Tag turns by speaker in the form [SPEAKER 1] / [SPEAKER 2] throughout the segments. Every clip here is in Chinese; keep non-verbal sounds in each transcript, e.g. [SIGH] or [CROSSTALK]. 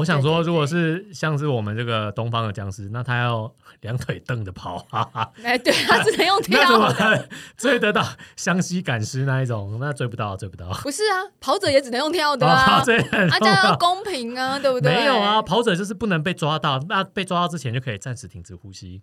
[SPEAKER 1] 我想
[SPEAKER 2] 对
[SPEAKER 1] 说，
[SPEAKER 2] 对
[SPEAKER 1] 如果是像是我们这个东方的僵尸，那他要两腿蹬着跑， [LAUGHS] 哈哈，
[SPEAKER 2] 哎，对，他只能用
[SPEAKER 1] 那怎
[SPEAKER 2] 跳
[SPEAKER 1] 么
[SPEAKER 2] 的，
[SPEAKER 1] 追得到湘西赶尸那一种？那追不到，追不到。
[SPEAKER 2] 不是啊，跑者也只能用跳
[SPEAKER 1] [LAUGHS]
[SPEAKER 2] 的啊，
[SPEAKER 1] 这很
[SPEAKER 2] 啊，这样要公平啊，对不对？
[SPEAKER 1] 哦没有啊，，跑者就是不能被抓到，那被抓到之前就可以暂时停止呼吸。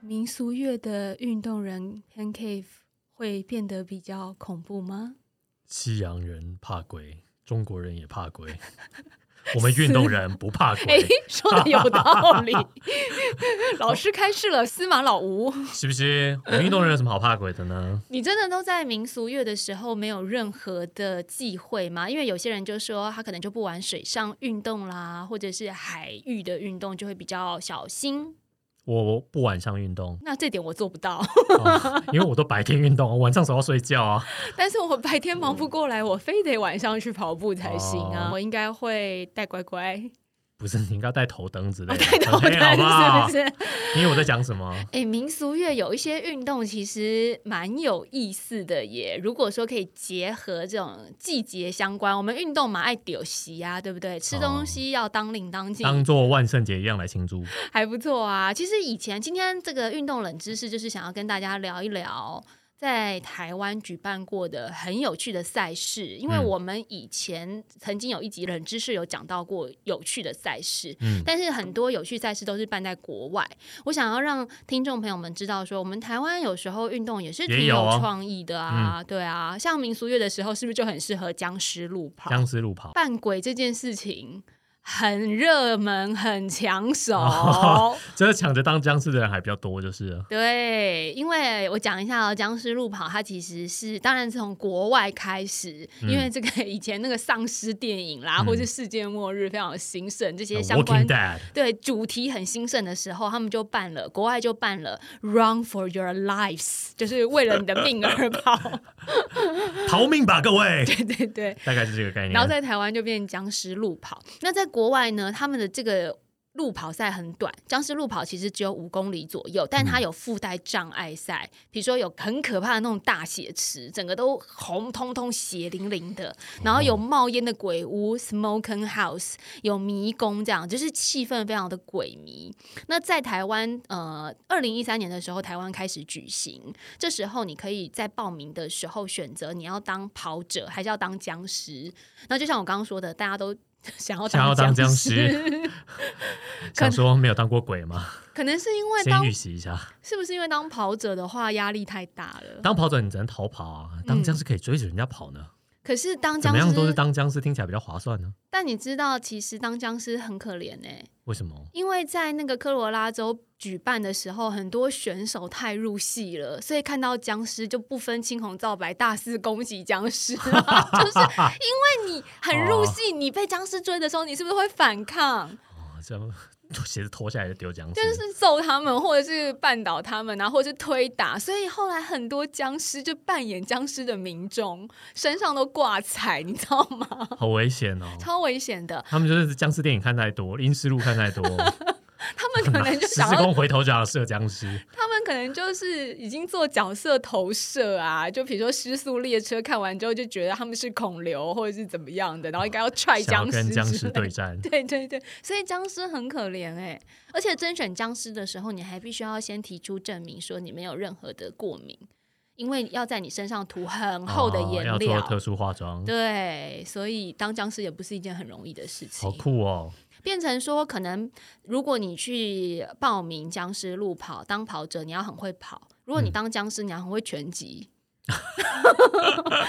[SPEAKER 2] 民俗乐的运动人 Pan Cave 会变得比较恐怖吗？
[SPEAKER 1] 西洋人怕鬼，中国人也怕
[SPEAKER 2] [LAUGHS]
[SPEAKER 1] 鬼，我们运动人不怕
[SPEAKER 2] 哎
[SPEAKER 1] 鬼，，
[SPEAKER 2] 说的有道理。老师开示了，司马老吴，
[SPEAKER 1] [LAUGHS] 是不是？我们运动人有什么好怕鬼的呢？
[SPEAKER 2] 你真的都在民俗乐的时候没有任何的忌讳吗？因为有些人就说他可能就不玩水上运动啦，或者是海域的运动就会比较小心。、
[SPEAKER 1] 我我不晚上运动
[SPEAKER 2] 那这点我做不到， [LAUGHS]
[SPEAKER 1] 啊因为我都白天运动，我晚上总要睡觉啊。
[SPEAKER 2] 但是我白天忙不过来，我非得晚上去跑步才行啊。
[SPEAKER 1] 哦
[SPEAKER 2] 我应该会带乖乖，
[SPEAKER 1] 不是，你应该带头灯之类的，
[SPEAKER 2] [LAUGHS] 哦带头
[SPEAKER 1] 很 [LAUGHS]
[SPEAKER 2] 灯
[SPEAKER 1] 哎黑好不好？
[SPEAKER 2] 是不是？
[SPEAKER 1] 因为我在讲什
[SPEAKER 2] [LAUGHS]
[SPEAKER 1] 么？
[SPEAKER 2] 哎、民俗乐有一些运动其实蛮有意思的耶。如果说可以结合这种季节相关，我们运动嘛爱丢席啊，对不对？吃东西要当令当劲，
[SPEAKER 1] 当做万圣节一样来庆祝。
[SPEAKER 2] 还不错啊。其实以前今天这个运动冷知识，就是想要跟大家聊一聊。在台湾举办过的很有趣的赛事，因为
[SPEAKER 1] 嗯
[SPEAKER 2] 我们以前曾经有一集冷知识有讲到过有趣的赛事，
[SPEAKER 1] 嗯，
[SPEAKER 2] 但是很多有趣赛事都是办在国外。我想要让听众朋友们知道说，我们台湾有时候运动也是挺
[SPEAKER 1] 也有哦
[SPEAKER 2] 创意的啊，对啊，像民俗乐的时候，是不是就很适合僵尸路跑？
[SPEAKER 1] 僵尸路跑。
[SPEAKER 2] 扮鬼这件事情很热门，很抢手。
[SPEAKER 1] 哦这抢着当僵尸的人还比较多，就是呃了
[SPEAKER 2] [LAUGHS] 对，因为我讲一下哦，僵尸路跑它其实是，当然是从国外开始，
[SPEAKER 1] 嗯
[SPEAKER 2] 因为这个以前那个丧尸电影啦，
[SPEAKER 1] 嗯哦
[SPEAKER 2] 或是世界末日非常有兴盛，这些相
[SPEAKER 1] Walking
[SPEAKER 2] 关 [LAUGHS]
[SPEAKER 1] Dead
[SPEAKER 2] 对主题很兴盛的时候，他们就办了，国外就办了 “Run for Your Lives”，就是为了你的命而
[SPEAKER 1] [LAUGHS]
[SPEAKER 2] 跑。
[SPEAKER 1] 逃命吧，各位，
[SPEAKER 2] 对对对，
[SPEAKER 1] 大概是这个概念。
[SPEAKER 2] 然后在台湾就变僵尸路跑。那在国外呢，他们的这个路跑赛很短，僵尸路跑其实只有五公里左右，但它有附带障碍赛，比如说有很可怕的那种大血池，整个都红彤彤、血淋淋的，然后有冒烟的鬼屋 （smoking house），有迷宫，这样就是气氛非常的鬼迷。那在台湾，呃，二零一三年的时候，台湾开始举行，这时候你可以在报名的时候选择你要当跑者还是要当僵尸。那就像我刚刚说的，大家都 [LAUGHS] 想要
[SPEAKER 1] 想要当
[SPEAKER 2] 僵
[SPEAKER 1] 僵尸想说没有当过鬼吗？
[SPEAKER 2] [LAUGHS] 可能是因为
[SPEAKER 1] 先
[SPEAKER 2] 当
[SPEAKER 1] 预习一下。
[SPEAKER 2] 是不是因为当跑者的话压力太大了？
[SPEAKER 1] 当跑者你只能逃跑啊，当僵尸可以追着人家跑呢。
[SPEAKER 2] 可是当
[SPEAKER 1] 怎
[SPEAKER 2] 僵
[SPEAKER 1] 么样都是
[SPEAKER 2] 尸，
[SPEAKER 1] 当僵尸，听起来比较划算呢。
[SPEAKER 2] 但你知道，其实当僵尸很可怜哎、
[SPEAKER 1] 为什么？
[SPEAKER 2] 因为在那个科罗拉州举办的时候，很多选手太入戏了，所以看到僵尸就不分青红皂白，大肆攻击僵尸、 [LAUGHS] 就是因为你很入戏，你被僵尸追的时候，你是不是会反抗？
[SPEAKER 1] 哦，这样 [LAUGHS] 鞋子脱下来就丢僵尸，
[SPEAKER 2] 就是揍他们，或者是绊倒他们，然后或者是推打。所以后来很多僵尸就扮演僵尸的民众，身上都挂彩，你知道吗？ [LAUGHS]
[SPEAKER 1] 好危险哦。
[SPEAKER 2] 超危险的，
[SPEAKER 1] 他们就是僵尸电影看太多，阴尸路看太多，
[SPEAKER 2] 他们可能就
[SPEAKER 1] 十
[SPEAKER 2] [LAUGHS] 想
[SPEAKER 1] 字
[SPEAKER 2] 要
[SPEAKER 1] 弓回头就要射僵尸。
[SPEAKER 2] 他们可能就是已经做角色投射啊，就比如说《失速列车》看完之后就觉得他们是孔刘或者是怎么样的，然后应该要踹
[SPEAKER 1] 想要
[SPEAKER 2] 僵尸
[SPEAKER 1] 跟僵
[SPEAKER 2] 之
[SPEAKER 1] 尸
[SPEAKER 2] 类
[SPEAKER 1] 对。战，
[SPEAKER 2] 对对对，所以僵尸很可怜哎、而且甄选僵尸的时候，你还必须要先提出证明说你没有任何的过敏，因为要在你身上涂很 [LAUGHS] 厚的
[SPEAKER 1] 哦
[SPEAKER 2] 颜
[SPEAKER 1] 要
[SPEAKER 2] 料。
[SPEAKER 1] 做特殊化妆，
[SPEAKER 2] 对，所以当僵尸也不是一件很容易的事情。
[SPEAKER 1] 好酷
[SPEAKER 2] [LAUGHS]
[SPEAKER 1] 哦！
[SPEAKER 2] 变成说，可能如果你去报名僵尸路跑当跑者，你要很会跑；如
[SPEAKER 1] 嗯
[SPEAKER 2] 果你当僵尸，你要很会拳击， [LAUGHS]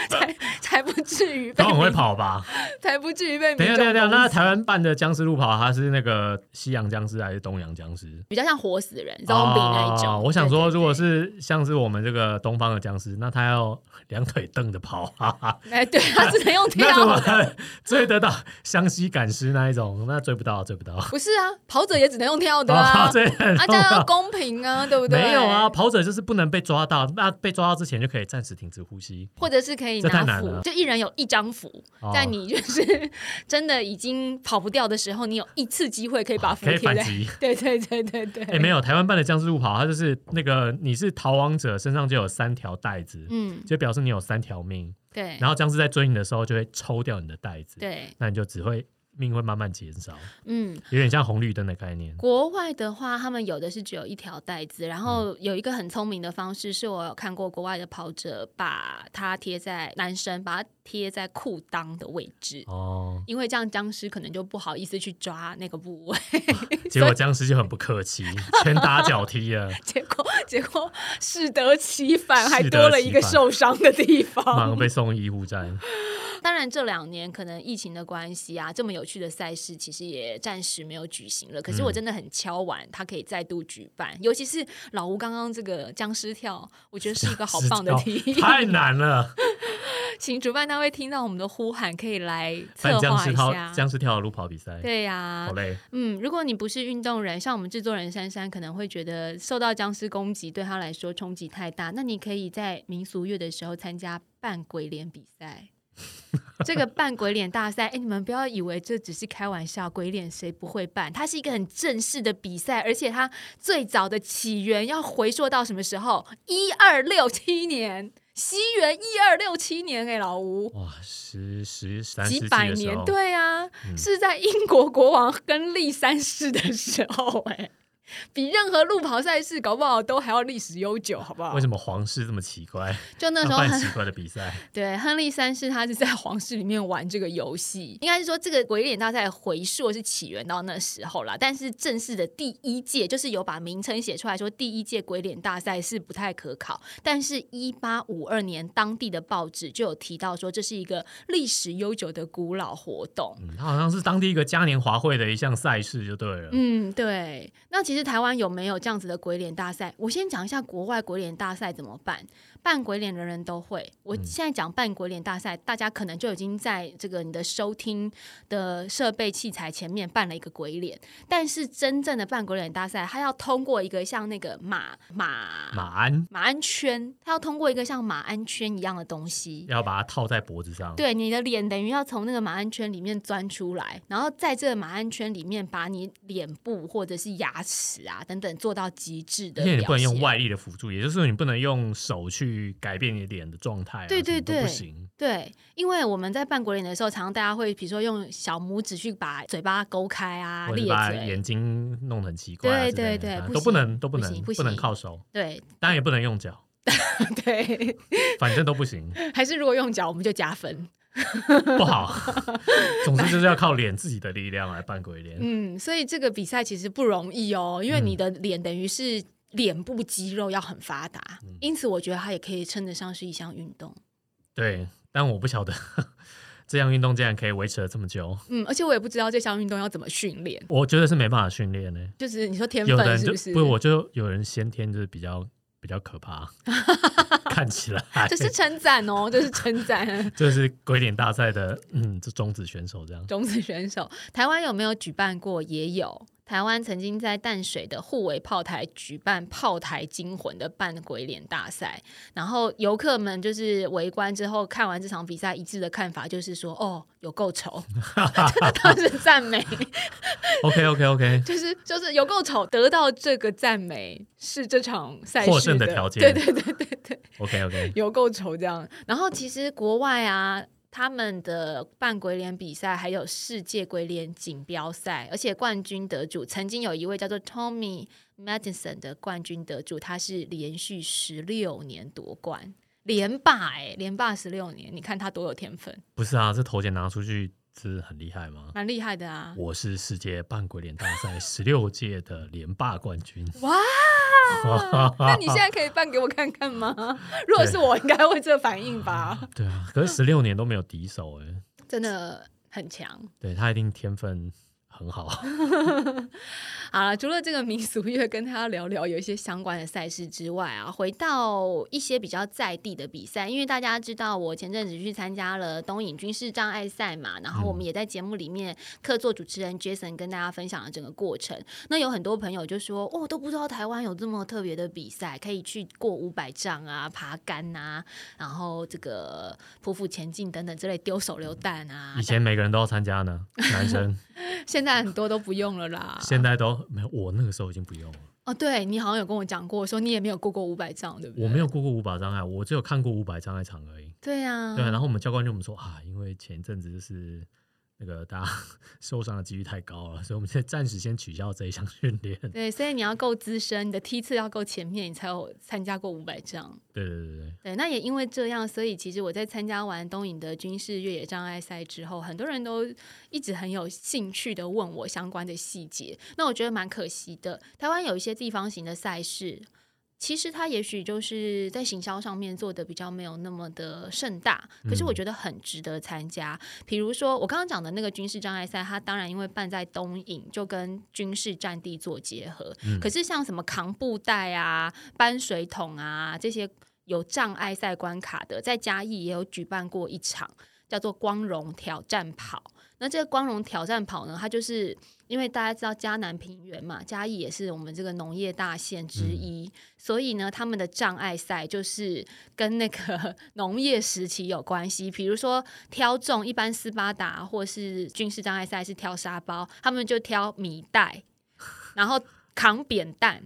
[SPEAKER 2] 才才不至于被
[SPEAKER 1] 都很会跑吧？
[SPEAKER 2] 才不至于被
[SPEAKER 1] 等
[SPEAKER 2] 民
[SPEAKER 1] 一下，
[SPEAKER 2] 众
[SPEAKER 1] 等一下，等一下，
[SPEAKER 2] 攻
[SPEAKER 1] 那
[SPEAKER 2] 击
[SPEAKER 1] 台湾办的僵尸路跑，它是那个西洋僵尸还是东洋僵尸？
[SPEAKER 2] 比较像活死人 zombie、那一
[SPEAKER 1] 哦
[SPEAKER 2] 种。
[SPEAKER 1] 我想
[SPEAKER 2] 对
[SPEAKER 1] 说，
[SPEAKER 2] 对
[SPEAKER 1] 如果是像是我们这个东方的僵尸，那他要两腿蹬着跑，哈哈，
[SPEAKER 2] 哎， [LAUGHS] 对，啊他只能用
[SPEAKER 1] [LAUGHS] 那怎
[SPEAKER 2] 跳
[SPEAKER 1] 么
[SPEAKER 2] 的。
[SPEAKER 1] 追得到湘西赶尸那一种？那追不到，追不到。
[SPEAKER 2] 不是啊，跑者也只能用跳的
[SPEAKER 1] 哦 [LAUGHS]
[SPEAKER 2] 啊，
[SPEAKER 1] 这很
[SPEAKER 2] 啊，这
[SPEAKER 1] 重
[SPEAKER 2] 样要
[SPEAKER 1] 要。
[SPEAKER 2] 公平啊，对不对？
[SPEAKER 1] 没有啊，，跑者就是不能被抓到，那被抓到之前就可以暂始停止呼吸，
[SPEAKER 2] 或者是可以
[SPEAKER 1] 这太
[SPEAKER 2] 拿
[SPEAKER 1] 难
[SPEAKER 2] 符，
[SPEAKER 1] 了
[SPEAKER 2] 就一人有一张符，
[SPEAKER 1] 哦
[SPEAKER 2] 在你就是 [LAUGHS] 真的已经跑不掉的时候，你有一次机会可以把符
[SPEAKER 1] 可以
[SPEAKER 2] 贴
[SPEAKER 1] 反
[SPEAKER 2] 在。
[SPEAKER 1] 击。
[SPEAKER 2] [LAUGHS] 对对对对对，
[SPEAKER 1] 哎、没有，台湾办的僵尸路跑，它就是那个你是逃亡者，身上就有三条带子，
[SPEAKER 2] 嗯，
[SPEAKER 1] 就表示你有三条命。
[SPEAKER 2] 对，
[SPEAKER 1] 然后僵尸在追你的时候，就会抽掉你的带子，
[SPEAKER 2] 对，
[SPEAKER 1] 那你就只会命会慢慢减少，
[SPEAKER 2] 嗯，
[SPEAKER 1] 有点像红绿灯的概念。
[SPEAKER 2] 国外的话，他们有的是只有一条带子，然后有一个很聪明的方式，是我有看过国外的跑者把它贴在男生把它贴在裤裆的位置。
[SPEAKER 1] 哦，
[SPEAKER 2] 因为这样僵尸可能就不好意思去抓那个部位， [LAUGHS]
[SPEAKER 1] 结果僵尸就很不客气，拳打脚踢了，
[SPEAKER 2] 结果结果适得其反，还
[SPEAKER 1] 适得
[SPEAKER 2] 多了一
[SPEAKER 1] 其
[SPEAKER 2] 个
[SPEAKER 1] 反
[SPEAKER 2] 受伤的地
[SPEAKER 1] 马
[SPEAKER 2] 方
[SPEAKER 1] 上。被送医护站。
[SPEAKER 2] 当然，这两年可能疫情的关系啊，这么有趣的赛事其实也暂时没有举行了。可
[SPEAKER 1] 嗯
[SPEAKER 2] 是我真的很敲碗，它可以再度举办，尤其是老吴刚刚这个僵尸跳，我觉得是一个好棒的
[SPEAKER 1] [LAUGHS]
[SPEAKER 2] 提议。
[SPEAKER 1] 哦太难
[SPEAKER 2] [LAUGHS]
[SPEAKER 1] 了！
[SPEAKER 2] 请主办单位听到我们的呼喊，可以来策
[SPEAKER 1] 办僵
[SPEAKER 2] 划
[SPEAKER 1] 尸
[SPEAKER 2] 一
[SPEAKER 1] 跳
[SPEAKER 2] 下。
[SPEAKER 1] 僵尸跳的路跑比赛，
[SPEAKER 2] 对呀、
[SPEAKER 1] 好累。
[SPEAKER 2] 嗯，如果你不是运动人，像我们制作人珊珊可能会觉得受到僵尸攻击对他来说冲击太大，那你可以在民俗月的时候参加扮鬼脸比赛。 [LAUGHS] 这个扮鬼脸大赛，哎，你们不要以为这只是开玩笑，鬼脸谁不会扮？它是一个很正式的比赛，而且它最早的起源要回溯到什么时候？一二六七年，西元一二六七年，哎，老吴。
[SPEAKER 1] 哇，十十三世
[SPEAKER 2] 几
[SPEAKER 1] 纪
[SPEAKER 2] 百
[SPEAKER 1] 的时
[SPEAKER 2] 年，
[SPEAKER 1] 候，嗯
[SPEAKER 2] 对啊，是在英国国王亨利三世的时候、哎，比任何路跑赛事搞不好都还要历史悠久，好不好
[SPEAKER 1] 为？什么皇室这么奇怪？
[SPEAKER 2] 就那
[SPEAKER 1] 要
[SPEAKER 2] 时候
[SPEAKER 1] 办
[SPEAKER 2] 很
[SPEAKER 1] 奇怪的比赛，
[SPEAKER 2] 对亨利三世，他是在皇室里面玩这个游戏，应该是说这个鬼脸大赛的回溯是起源到那时候啦。但是正式的第一届，就是有把名称写出来说第一届鬼脸大赛是不太可考，但是一八五二年当地的报纸就有提到说这是一个历史悠久的古老活动。
[SPEAKER 1] 嗯，它好像是当地一个嘉年华会的一项赛事就对了。
[SPEAKER 2] 嗯，对。那其实台湾有没有这样子的鬼脸大赛？我先讲一下国外鬼脸大赛怎么办。扮鬼脸人人都会。我现在讲扮鬼脸大赛，大家可能就已经在这个你的收听的设备器材前面扮了一个鬼脸。但是真正的扮鬼脸大赛，它要通过一个像那个马马
[SPEAKER 1] 马鞍
[SPEAKER 2] 马鞍圈，它要通过一个像马鞍圈一样的东西。
[SPEAKER 1] 要把它套在脖子上，
[SPEAKER 2] 对，你的脸等于要从那个马鞍圈里面钻出来，然后在这个马鞍圈里面把你脸部或者是牙齿啊等等做到极致的
[SPEAKER 1] 而
[SPEAKER 2] 表
[SPEAKER 1] 且
[SPEAKER 2] 现。
[SPEAKER 1] 你不能用外力的辅助，也就是说你不能用手去改变你脸的状态啊，
[SPEAKER 2] 对
[SPEAKER 1] 什么
[SPEAKER 2] 对
[SPEAKER 1] 都
[SPEAKER 2] 对
[SPEAKER 1] 不行。
[SPEAKER 2] 对，因为我们在扮鬼脸的时候，常常大家会比如说用小拇指去把嘴巴勾开啊，
[SPEAKER 1] 或者
[SPEAKER 2] 裂
[SPEAKER 1] 是把
[SPEAKER 2] 嘴。
[SPEAKER 1] 眼睛弄得很奇怪啊
[SPEAKER 2] 对
[SPEAKER 1] 之类的，
[SPEAKER 2] 对对
[SPEAKER 1] 啊
[SPEAKER 2] 不
[SPEAKER 1] 都不
[SPEAKER 2] 行
[SPEAKER 1] 能都不
[SPEAKER 2] 不
[SPEAKER 1] 能
[SPEAKER 2] 行不
[SPEAKER 1] 能
[SPEAKER 2] 行
[SPEAKER 1] 靠手，
[SPEAKER 2] 对 [LAUGHS]
[SPEAKER 1] 当然也不能用脚，
[SPEAKER 2] 对，
[SPEAKER 1] 反正都不行， [LAUGHS]
[SPEAKER 2] 还是如果用脚，我们就加分。
[SPEAKER 1] 不
[SPEAKER 2] [LAUGHS]
[SPEAKER 1] 好。总之就是要靠脸自己的力量来扮鬼脸。
[SPEAKER 2] 嗯，所以这个比赛其实不容易哦，因为
[SPEAKER 1] 嗯
[SPEAKER 2] 你的脸等于是脸部肌肉要很发达，
[SPEAKER 1] 嗯
[SPEAKER 2] 因此我觉得它也可以称得上是一项运动。
[SPEAKER 1] 对，但我不晓得 [LAUGHS] 这项运动竟然可以维持了这么久，
[SPEAKER 2] 嗯，而且我也不知道这项运动要怎么训练，
[SPEAKER 1] 我觉得是没办法训练的。
[SPEAKER 2] 就是你说天
[SPEAKER 1] 有的
[SPEAKER 2] 分
[SPEAKER 1] 人
[SPEAKER 2] 是
[SPEAKER 1] 就
[SPEAKER 2] 不是？
[SPEAKER 1] 不，我就有人先天就是比较比较可怕，看起
[SPEAKER 2] [LAUGHS]
[SPEAKER 1] 来。
[SPEAKER 2] [LAUGHS] 这是称赞哦，这是称赞
[SPEAKER 1] 这是鬼脸大赛的嗯，这中子选手这样。
[SPEAKER 2] 种子选手，台湾有没有举办过？也有。台湾曾经在淡水的互为炮台举办炮台惊魂的扮鬼脸大赛，然后游客们就是围观之后看完这场比赛，一致的看法就是说，哦，有够
[SPEAKER 1] [LAUGHS]
[SPEAKER 2] 丑，当时赞美，
[SPEAKER 1] OK OK [LAUGHS] OK，
[SPEAKER 2] 就是就是有够丑，得到这个赞美是这场赛
[SPEAKER 1] 获
[SPEAKER 2] 事
[SPEAKER 1] 胜的条件
[SPEAKER 2] 对对对对对。
[SPEAKER 1] OK OK，
[SPEAKER 2] 有够丑这样。然后其实国外啊，他们的扮鬼脸比赛还有世界鬼脸锦标赛，而且冠军得主曾经有一位叫做 Tommy Madison 的冠军得主，他是连续十六年夺冠。连霸哎、连霸十六年，你看他多有天分，
[SPEAKER 1] 不是啊，这头衔拿出去是很厉害吗？
[SPEAKER 2] 蛮厉害
[SPEAKER 1] [LAUGHS]
[SPEAKER 2] 的啊！
[SPEAKER 1] 我是世界扮鬼脸大赛十六届的连霸冠军，
[SPEAKER 2] 哇，哦那你现在可以扮给我看看吗？ [LAUGHS] 如果是我，应该会这反应 [LAUGHS] 吧？
[SPEAKER 1] [LAUGHS] 对啊，可是十六年都没有敌手哎、
[SPEAKER 2] 真的很强，
[SPEAKER 1] 对他一定天分，很好。
[SPEAKER 2] 好了，除了这个民俗乐跟他聊聊有一些相关的赛事之外啊，回到一些比较在地的比赛，因为大家知道我前阵子去参加了东引军事障碍赛嘛，然后我们也在节目里面客座主持人 Jason 跟大家分享了整个过程。那有很多朋友就说，哦，都不知道台湾有这么特别的比赛，可以去过五百丈啊、爬杆啊，然后这个匍匐前进等等之类，丢手榴弹啊
[SPEAKER 1] 以，前每个人都要参加呢，男生
[SPEAKER 2] [LAUGHS] 现在很多都不用了啦。
[SPEAKER 1] [LAUGHS] 现在都没有，我那个时候已经不用了。
[SPEAKER 2] 哦，对你好像有跟我讲过，说你也没有过过五百丈，对不对？
[SPEAKER 1] 我没有。过过五百障碍，我只有看过五百障碍场而已。
[SPEAKER 2] 对啊，
[SPEAKER 1] 对啊，然后我们教官就跟我们说啊，因为前一阵子就是那个大家 [LAUGHS] 受伤的几率太高了，所以我们现在暂时先取消这一项训练。 [LAUGHS]
[SPEAKER 2] 对所以你要够资深，你的梯次要够前面，你才有参加过五百丈。
[SPEAKER 1] 对对对对，
[SPEAKER 2] 对，那也因为这样，所以其实我在参加完东影的军事越野障碍赛之后，很多人都一直很有兴趣的问我相关的细节。那我觉得蛮可惜的，台湾有一些地方型的赛事。其实它也许就是在行销上面做的比较没有那么的盛大，可是我觉得很值得参加。比如说我刚刚讲的那个军事障碍赛，它当然因为办在东引，就跟军事战地做结合。可是像什么扛布袋啊、搬水桶啊这些有障碍赛关卡的，在嘉义也有举办过一场，叫做光荣挑战跑。那这个光荣挑战跑呢，它就是因为大家知道嘉南平原嘛，嘉义也是我们这个农业大县之一，所以呢，他们的障碍赛就是跟那个 [LAUGHS] 农业时期有关系。比如说挑重，一般斯巴达或是军事障碍赛是挑沙包，他们就挑米袋，然后扛扁担。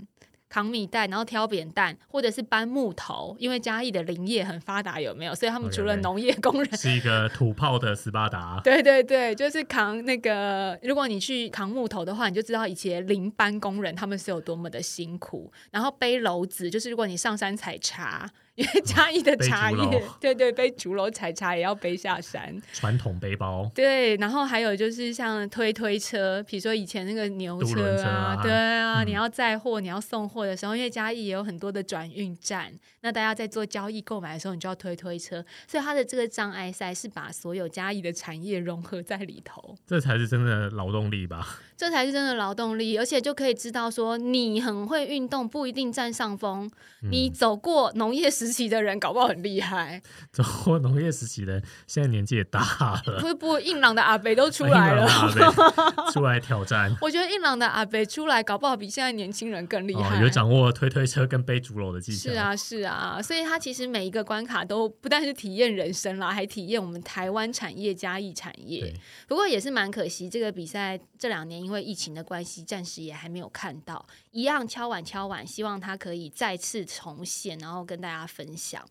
[SPEAKER 2] 扛米袋，然后挑扁担，或者是搬木头，因为嘉义的林业很发达，有没有？所以他们除了
[SPEAKER 1] OK，OK
[SPEAKER 2] 农业工人
[SPEAKER 1] 是一个土炮的斯巴达。
[SPEAKER 2] 对对对，就是扛那个，如果你去扛木头的话，你就知道以前林班工人他们是有多么的辛苦。然后背篓子，就是如果你上山采茶，因为嘉义的
[SPEAKER 1] 背
[SPEAKER 2] 茶
[SPEAKER 1] 竹
[SPEAKER 2] 叶
[SPEAKER 1] 篓，
[SPEAKER 2] 对对，背竹篓采茶也要背下山。
[SPEAKER 1] 传统背包，
[SPEAKER 2] 对，然后还有就是像推推车，比如说以前那个牛
[SPEAKER 1] 独轮
[SPEAKER 2] 车
[SPEAKER 1] 车
[SPEAKER 2] 啊
[SPEAKER 1] 啊，
[SPEAKER 2] 对啊，
[SPEAKER 1] 嗯
[SPEAKER 2] 你要载货、你要送货的时候，因为嘉义也有很多的转运站，那大家在做交易购买的时候，你就要推推车，所以它的这个障碍赛是把所有嘉义的产业融合在里头，
[SPEAKER 1] 这才是真的劳动力吧？ [LAUGHS]
[SPEAKER 2] 这才是真的劳动力，而且就可以知道说，你很会运动不一定占上风，你
[SPEAKER 1] 嗯
[SPEAKER 2] 走过农业时期的人，搞不好很
[SPEAKER 1] [LAUGHS]
[SPEAKER 2] 厉害，
[SPEAKER 1] 中国农业时期的人现在年纪也大了，
[SPEAKER 2] 不不，硬朗的阿北都出来
[SPEAKER 1] 英 [LAUGHS]
[SPEAKER 2] 了
[SPEAKER 1] 朗。大
[SPEAKER 2] [LAUGHS]
[SPEAKER 1] 伯出来挑战。
[SPEAKER 2] 我觉得硬朗的阿北出来，搞不好比现在年轻人更厉害。
[SPEAKER 1] 哦，有掌握推推车跟背竹篓的技巧。
[SPEAKER 2] 是，啊，是啊，所以它其实每一个关卡都不但是体验人生啦，还体验我们台湾产业、嘉义产业
[SPEAKER 1] 对。
[SPEAKER 2] 不过也是蛮可惜，这个比赛这两年因为疫情的关系，暂时也还没有看到。一样敲碗敲碗，希望它可以再次重现，然后跟大家分享。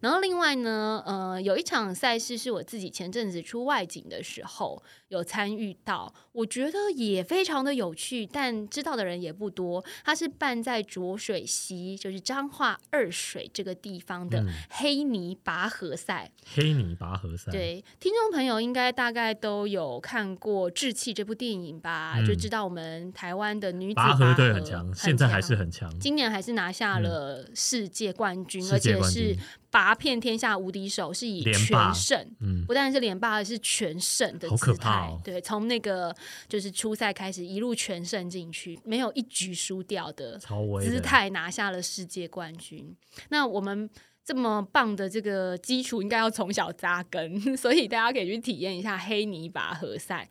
[SPEAKER 2] 然后另外呢，呃，有一场赛事是我自己前阵子出外景的时候有参与到，我觉得也非常的有趣，但知道的人也不多。它是办在浊水溪，就是彰化二水这个地方的
[SPEAKER 1] 嗯
[SPEAKER 2] 黑泥拔河赛。
[SPEAKER 1] 黑泥拔河赛。，
[SPEAKER 2] 对，听众朋友应该大概都有看过《志气》这部电影吧，
[SPEAKER 1] 嗯
[SPEAKER 2] 就知道我们台湾的女子
[SPEAKER 1] 拔河队很
[SPEAKER 2] 拔
[SPEAKER 1] 强，
[SPEAKER 2] 河
[SPEAKER 1] 现在还是
[SPEAKER 2] 强
[SPEAKER 1] 很强。
[SPEAKER 2] 今年还是拿下了世界冠军，
[SPEAKER 1] 世
[SPEAKER 2] 而
[SPEAKER 1] 界
[SPEAKER 2] 且
[SPEAKER 1] 冠
[SPEAKER 2] 是
[SPEAKER 1] 军
[SPEAKER 2] 拔遍天下无敌手，是以
[SPEAKER 1] 连霸
[SPEAKER 2] 全胜。
[SPEAKER 1] 嗯，
[SPEAKER 2] 不但是连霸，而是全胜的
[SPEAKER 1] 好可
[SPEAKER 2] 姿态。
[SPEAKER 1] 怕哦
[SPEAKER 2] 对，从那个就是初赛开始，一路全胜进去，没有一局输掉的
[SPEAKER 1] 超威的
[SPEAKER 2] 姿态，拿下了世界冠军。那我们。这么棒的这个基础，应该要从小扎根， [LAUGHS] 所以大家可以去体验一下黑泥拔河赛。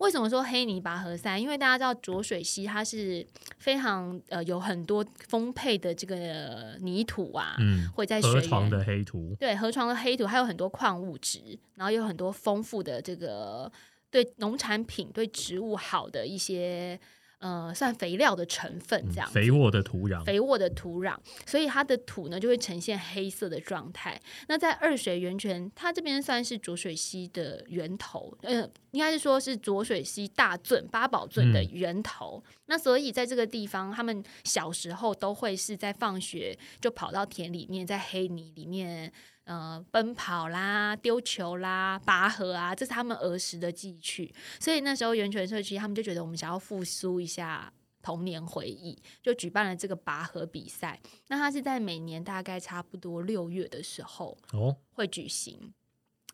[SPEAKER 2] 为什么说黑泥拔河赛？因为大家知道浊水溪它是非常呃有很多丰沛的这个泥土啊，
[SPEAKER 1] 嗯，
[SPEAKER 2] 会在水
[SPEAKER 1] 河
[SPEAKER 2] 源
[SPEAKER 1] 床的黑土，
[SPEAKER 2] 对，河床的黑土还有很多矿物质，然后有很多丰富的这个对农产品、对植物好的一些呃，算肥料的成分
[SPEAKER 1] 嗯
[SPEAKER 2] 这样。
[SPEAKER 1] 肥沃的土壤，
[SPEAKER 2] 肥沃的土壤，所以它的土呢就会呈现黑色的状态。那在二水源泉，它这边算是浊水溪的源头，呃，应该是说是浊水溪大圳八宝圳的
[SPEAKER 1] 嗯
[SPEAKER 2] 源头。那所以在这个地方，他们小时候都会是在放学就跑到田里面，在黑泥里面。呃，奔跑啦，丢球啦，拔河啊，这是他们儿时的记忆去。所以那时候源泉社区他们就觉得我们想要复苏一下童年回忆，就举办了这个拔河比赛。那它是在每年大概差不多六月的时候
[SPEAKER 1] 哦，
[SPEAKER 2] 会举行。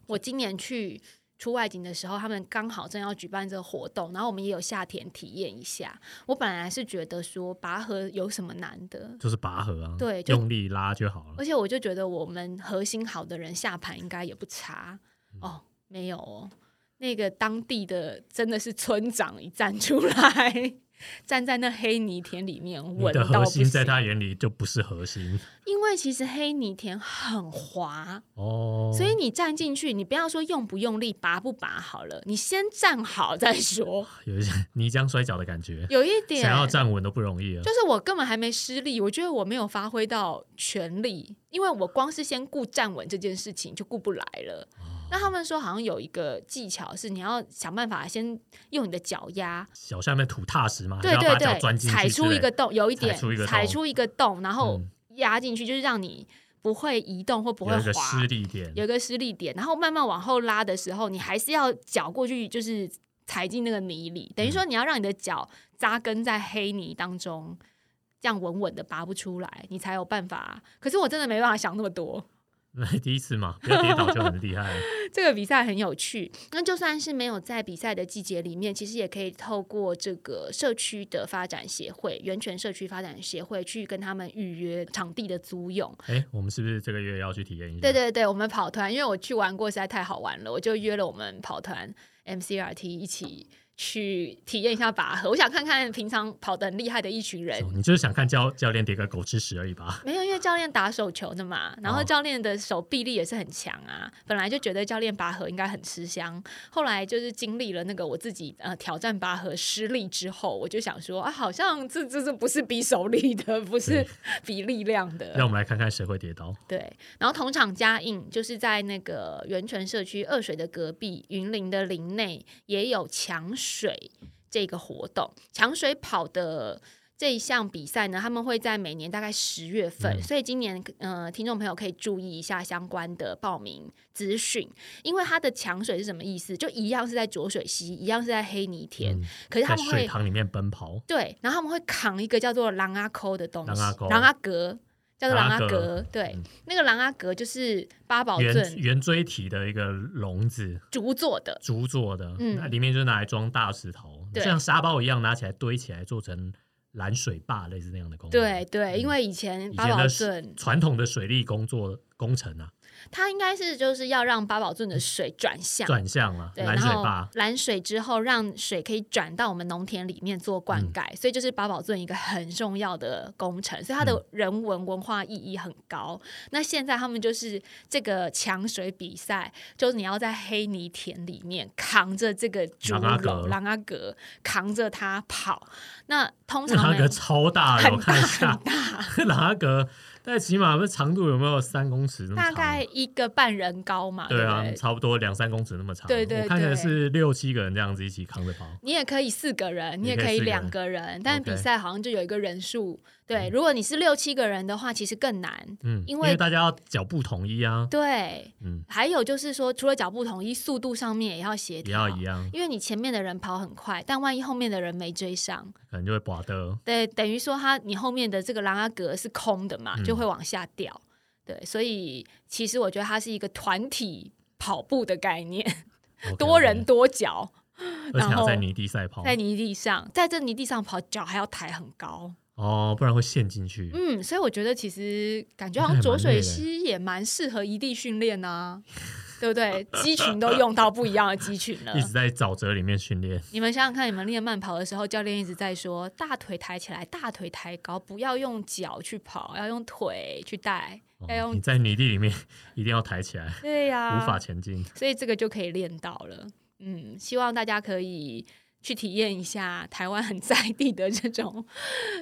[SPEAKER 2] 我今年去出外景的时候，他们刚好正要举办这个活动，然后我们也有下田体验一下。我本来是觉得说拔河有什么难的，
[SPEAKER 1] 就是拔河啊，
[SPEAKER 2] 对就
[SPEAKER 1] 用力拉就好了。
[SPEAKER 2] 而且我就觉得我们核心好的人下盘应该也不差
[SPEAKER 1] 嗯
[SPEAKER 2] 哦，没有哦，那个当地的真的是村长一站出来，站在那黑泥田里面
[SPEAKER 1] 你
[SPEAKER 2] 稳
[SPEAKER 1] 的
[SPEAKER 2] 到
[SPEAKER 1] 核
[SPEAKER 2] 不
[SPEAKER 1] 心在
[SPEAKER 2] 行
[SPEAKER 1] 他眼里就不是核心
[SPEAKER 2] 因为其实黑泥田很滑，
[SPEAKER 1] 哦，
[SPEAKER 2] 所以你站进去，你不要说用不用力、拔不拔好了，你先站好
[SPEAKER 1] [LAUGHS]
[SPEAKER 2] 再说。
[SPEAKER 1] 有一些泥浆摔跤的感觉，
[SPEAKER 2] 有一点
[SPEAKER 1] 想要站稳都不容易啊
[SPEAKER 2] 就。是我根本还没失利，我觉得我没有发挥到全力，因为我光是先顾站稳这件事情就顾不来了。
[SPEAKER 1] 哦
[SPEAKER 2] 那他们说好像有一个技巧是你要想办法先用你的脚压，
[SPEAKER 1] 脚下面土踏实嘛，
[SPEAKER 2] 对
[SPEAKER 1] 还啊是要
[SPEAKER 2] 对
[SPEAKER 1] 把脚钻
[SPEAKER 2] 对，
[SPEAKER 1] 进去
[SPEAKER 2] 踩
[SPEAKER 1] 之
[SPEAKER 2] 出一
[SPEAKER 1] 类
[SPEAKER 2] 个洞，有一
[SPEAKER 1] 踩
[SPEAKER 2] 点
[SPEAKER 1] 出一个洞
[SPEAKER 2] 出一个洞，然后
[SPEAKER 1] 嗯
[SPEAKER 2] 压进去，就是让你不会移动或不会
[SPEAKER 1] 有一个
[SPEAKER 2] 滑
[SPEAKER 1] 失。力点，
[SPEAKER 2] 有一个失力点，然后慢慢往后拉的时候，你还是要脚过去，就是踩进那个泥里，等于说你要让你的脚扎根在黑泥当中，这样稳稳的拔不出来，你才有办法。可是我真的没办法想那么多， [LAUGHS]
[SPEAKER 1] 那 [LAUGHS] 第一次嘛，不要跌倒就很厉害。
[SPEAKER 2] 这个比赛很有趣。那就算是没有在比赛的季节里面，其实也可以透过这个社区的发展协会、源泉社区发展协会去跟他们预约场地的租用。
[SPEAKER 1] 哎、我们是不是这个月要去体验一下？
[SPEAKER 2] 对对对，我们跑团，因为我去玩过，实在太好玩了，我就约了我们跑团 MCRT 一起去体验一下拔河。我想看看平常跑得很厉害的一群人
[SPEAKER 1] 哦，，你就是想看教教练跌个狗吃屎而已吧？
[SPEAKER 2] 没有，因为教练打手球的嘛，然后
[SPEAKER 1] 哦
[SPEAKER 2] 教练的手臂力也是很强啊。本来就觉得教练拔河应该很吃香，后来就是经历了那个我自己呃挑战拔河失利之后，我就想说啊，好像这这这不是比手力的，不是
[SPEAKER 1] 对
[SPEAKER 2] 比力量的。
[SPEAKER 1] 让我们来看看谁会跌倒。
[SPEAKER 2] 对，然后同场加映，就是在那个源泉社区二水的隔壁，云林的林内也有抢水这个活动。抢水跑的这一项比赛呢，他们会在每年大概十月份，
[SPEAKER 1] 嗯
[SPEAKER 2] 所以今年呃，听众朋友可以注意一下相关的报名资讯，因为它的抢水是什么意思？就一样是在浊水溪，一样是在黑泥田，
[SPEAKER 1] 嗯
[SPEAKER 2] 可是他
[SPEAKER 1] 在
[SPEAKER 2] 们
[SPEAKER 1] 水
[SPEAKER 2] 会
[SPEAKER 1] 塘里面奔跑，
[SPEAKER 2] 对，然后他们会扛一个叫做狼阿抠的东西，
[SPEAKER 1] 狼阿抠
[SPEAKER 2] 狼阿格叫做狼阿
[SPEAKER 1] 狼阿
[SPEAKER 2] 格，
[SPEAKER 1] 格
[SPEAKER 2] 对，
[SPEAKER 1] 嗯
[SPEAKER 2] 那个狼阿格就是八宝
[SPEAKER 1] 圆
[SPEAKER 2] 镇
[SPEAKER 1] 圆锥体的一个笼子，
[SPEAKER 2] 竹做的，
[SPEAKER 1] 竹做的，
[SPEAKER 2] 嗯
[SPEAKER 1] 那里面就是拿来装大石头，
[SPEAKER 2] 对
[SPEAKER 1] 像沙包一样拿起来堆起来做成拦水坝，类似那样的工作。
[SPEAKER 2] 对，对，因为以前
[SPEAKER 1] 嗯以
[SPEAKER 2] 八
[SPEAKER 1] 前
[SPEAKER 2] 宝
[SPEAKER 1] 的
[SPEAKER 2] 镇
[SPEAKER 1] 传统的水利工作工程啊，
[SPEAKER 2] 它应该是就是要让八宝镇的水转向。
[SPEAKER 1] 转向啊，
[SPEAKER 2] 对，
[SPEAKER 1] 拦
[SPEAKER 2] 然
[SPEAKER 1] 水
[SPEAKER 2] 后
[SPEAKER 1] 坝，
[SPEAKER 2] 拦水之后，让水可以转到我们农田里面做灌
[SPEAKER 1] 嗯
[SPEAKER 2] 溉，所以就是八宝镇一个很重要的工程，所以它
[SPEAKER 1] 嗯
[SPEAKER 2] 的人文文化意义很高。那现在他们就是这个抢水比赛，就是你要在黑泥田里面扛着这个竹
[SPEAKER 1] 狼阿格
[SPEAKER 2] 篓、狼阿格，扛着它跑。那通
[SPEAKER 1] 那
[SPEAKER 2] 常
[SPEAKER 1] 阿
[SPEAKER 2] 呢
[SPEAKER 1] 格超大的，我
[SPEAKER 2] 很大
[SPEAKER 1] 看一
[SPEAKER 2] 很
[SPEAKER 1] 下，
[SPEAKER 2] 大，
[SPEAKER 1] 那 [LAUGHS] 阿格大概起码那长度有没有三公尺那么
[SPEAKER 2] 大
[SPEAKER 1] 长？
[SPEAKER 2] 概一个半人高嘛，
[SPEAKER 1] 对
[SPEAKER 2] 对
[SPEAKER 1] 啊，
[SPEAKER 2] 不对？
[SPEAKER 1] 差不多两三公尺那么长。
[SPEAKER 2] 对对
[SPEAKER 1] 我看起来
[SPEAKER 2] 对
[SPEAKER 1] 是六七个人这样子一起扛着跑。
[SPEAKER 2] 你也可以四个人，你也
[SPEAKER 1] 可以
[SPEAKER 2] 可以
[SPEAKER 1] 四个人
[SPEAKER 2] 两个人，但
[SPEAKER 1] OK
[SPEAKER 2] 比赛好像就有一个人数。对，如果你是六七个人的话，其实更难。
[SPEAKER 1] 嗯，
[SPEAKER 2] 因
[SPEAKER 1] 因
[SPEAKER 2] 为
[SPEAKER 1] 大家要脚步统一啊，
[SPEAKER 2] 对，
[SPEAKER 1] 嗯，
[SPEAKER 2] 还有就是说，除了脚步统一，速度上面也要协
[SPEAKER 1] 也要
[SPEAKER 2] 调，
[SPEAKER 1] 一样，
[SPEAKER 2] 因为你前面的人跑很快，但万一后面的人没追上，
[SPEAKER 1] 可能就会拔的。
[SPEAKER 2] 对，等于说他你后面的这个狼阿格是空的嘛，
[SPEAKER 1] 嗯
[SPEAKER 2] 就会往下掉。对，所以其实我觉得它是一个团体跑步的概念，
[SPEAKER 1] OK，
[SPEAKER 2] 多人
[SPEAKER 1] OK，哦
[SPEAKER 2] 多脚。
[SPEAKER 1] 而且还
[SPEAKER 2] 然后
[SPEAKER 1] 要在泥地赛跑，
[SPEAKER 2] 在泥地上，在这泥地上跑，脚还要抬很高。
[SPEAKER 1] 哦，不然会陷进去。
[SPEAKER 2] 嗯，所以我觉得其实感觉好像浊水溪也蛮适合一地训练啊，对不对？肌群都用到不一样的肌群了
[SPEAKER 1] 一。直在沼泽里面训练，
[SPEAKER 2] 你们想想看，你们练慢跑的时候，教练一直在说大腿抬起来，大腿抬高，不要用脚去跑，要用腿去带，
[SPEAKER 1] 哦
[SPEAKER 2] 要用
[SPEAKER 1] 你在泥地里面一定要抬起来，
[SPEAKER 2] 对呀、
[SPEAKER 1] 无法前进。
[SPEAKER 2] 所以这个就可以练到了。嗯，希望大家可以去体验一下台湾很 [LAUGHS] 在地的这种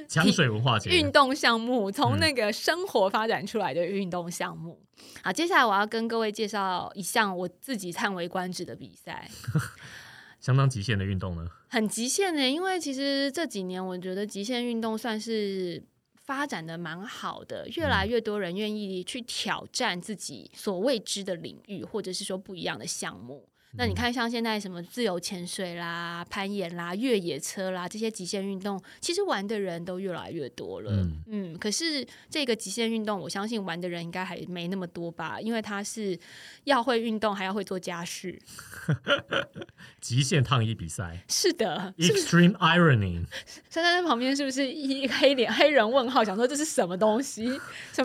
[SPEAKER 1] 抢水文化节，
[SPEAKER 2] 运动项目，从
[SPEAKER 1] 嗯
[SPEAKER 2] 那个生活发展出来的运动项目。好，接下来我要跟各位介绍一项我自己叹为观止的比赛，
[SPEAKER 1] 相当极限的运动呢。
[SPEAKER 2] 很极限呢、因为其实这几年我觉得极限运动算是。发展的蛮好的，越来越多人愿意去挑战自己所未知的领域，或者是说不一样的项目。那你看，像现在什么自由潜水啦、攀岩啦、越野车啦这些极限运动，其实玩的人都越来越多了。
[SPEAKER 1] 嗯
[SPEAKER 2] 嗯可是这个极限运动，我相信玩的人应该还没那么多吧，因为它是要会运动，还要会做家事。 [LAUGHS]
[SPEAKER 1] 极限烫衣比赛
[SPEAKER 2] 是的，是不是？
[SPEAKER 1] （Extreme Ironing），
[SPEAKER 2] 珊珊在旁边是不是一黑脸黑人问号，想说这是什么
[SPEAKER 1] [LAUGHS]
[SPEAKER 2] 东西？什么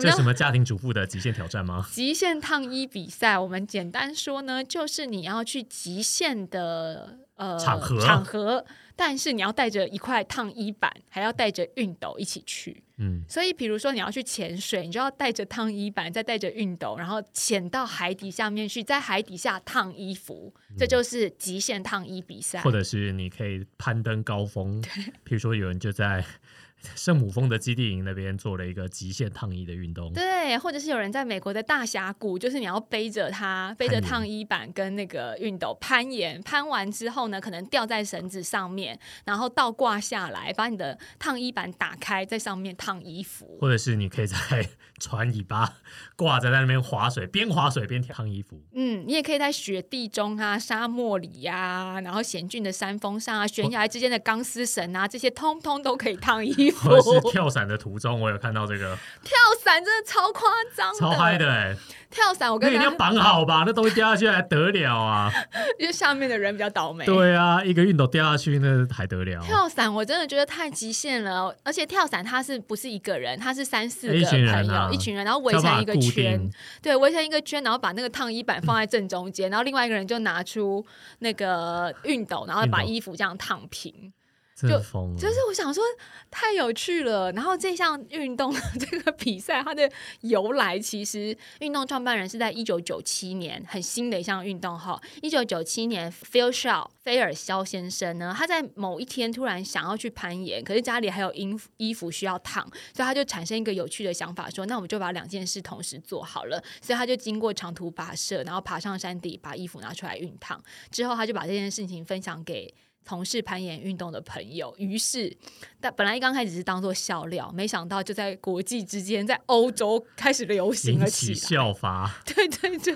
[SPEAKER 1] 这
[SPEAKER 2] 叫
[SPEAKER 1] 是什么家庭主妇的极限挑战吗？
[SPEAKER 2] 极限烫衣比赛，我们简单说呢，就是你要去极限的呃
[SPEAKER 1] 场合
[SPEAKER 2] 场合，但是你要带着一块烫衣板，还要带着熨斗一起去。
[SPEAKER 1] 嗯，
[SPEAKER 2] 所以，比如说你要去潜水，你就要带着烫衣板，再带着熨斗，然后潜到海底下面去，在海底下烫衣服，这
[SPEAKER 1] 嗯
[SPEAKER 2] 就是极限烫衣比赛
[SPEAKER 1] 或。者是你可以攀登高峰，比如说有人就在圣母峰的基地营那边做了一个极限烫衣的运动，
[SPEAKER 2] 对，或者是有人在美国的大峡谷，就是你要背着它，背着
[SPEAKER 1] 攀岩
[SPEAKER 2] 烫衣板跟那个熨斗攀岩，攀完之后呢，可能吊在绳子上面，然后倒挂下来，把你的烫衣板打开，在上面烫衣服。
[SPEAKER 1] 或者是你可以在 [LAUGHS] 船尾巴挂着在那边划水，边划水边烫衣服。
[SPEAKER 2] 嗯，你也可以在雪地中啊、沙漠里呀、然后险峻的山峰上啊、悬崖之间的钢丝绳啊，这些通通都可以烫衣服。
[SPEAKER 1] 或者是跳伞的途中，我有看到这个
[SPEAKER 2] 跳伞真的超夸张的，
[SPEAKER 1] 超嗨的哎、
[SPEAKER 2] 跳伞我
[SPEAKER 1] 那
[SPEAKER 2] 跟
[SPEAKER 1] 一定
[SPEAKER 2] 大
[SPEAKER 1] 要
[SPEAKER 2] 家
[SPEAKER 1] 绑好吧？那东西掉下去还得了啊？
[SPEAKER 2] 因为下面的人比较倒霉。
[SPEAKER 1] 对啊，一个熨斗掉下去那还得了？
[SPEAKER 2] 哎跳伞我真的觉得太极限了，而且跳伞它是不是一个人，它是三四个
[SPEAKER 1] 一群
[SPEAKER 2] 朋
[SPEAKER 1] 人
[SPEAKER 2] 友，
[SPEAKER 1] 啊
[SPEAKER 2] 一群人然后围
[SPEAKER 1] 想
[SPEAKER 2] 成
[SPEAKER 1] 把
[SPEAKER 2] 一
[SPEAKER 1] 它
[SPEAKER 2] 个
[SPEAKER 1] 固
[SPEAKER 2] 圈
[SPEAKER 1] 定，，
[SPEAKER 2] 对，围成一个圈，然后把那个烫衣板放在正中间，然后另外一个人就拿出那个熨斗，然后把
[SPEAKER 1] 熨斗
[SPEAKER 2] 衣服这样烫平。
[SPEAKER 1] 真的疯了
[SPEAKER 2] 就。是我想说太有趣了。然后这项运动的 [LAUGHS] 这个比赛，它的由来其实运动创办人是在一九九七年，很新的一项运动哈。一九九七年，Phil Shaw 菲尔肖先生呢，他在某一天突然想要去攀岩，可是家里还有衣服衣服需要烫，所以他就产生一个有趣的想法，说那我们就把两件事同时做好了。所以他就经过长途跋涉，然后爬上山顶，把衣服拿出来熨烫。之后，他就把这件事情分享给从事攀岩运动的朋友。于是，但本来一刚开始是当做笑料，没想到就在国际之间，在欧洲开始流行
[SPEAKER 1] 引
[SPEAKER 2] 了
[SPEAKER 1] 起
[SPEAKER 2] 起来。
[SPEAKER 1] 效法，
[SPEAKER 2] [LAUGHS] 对对对，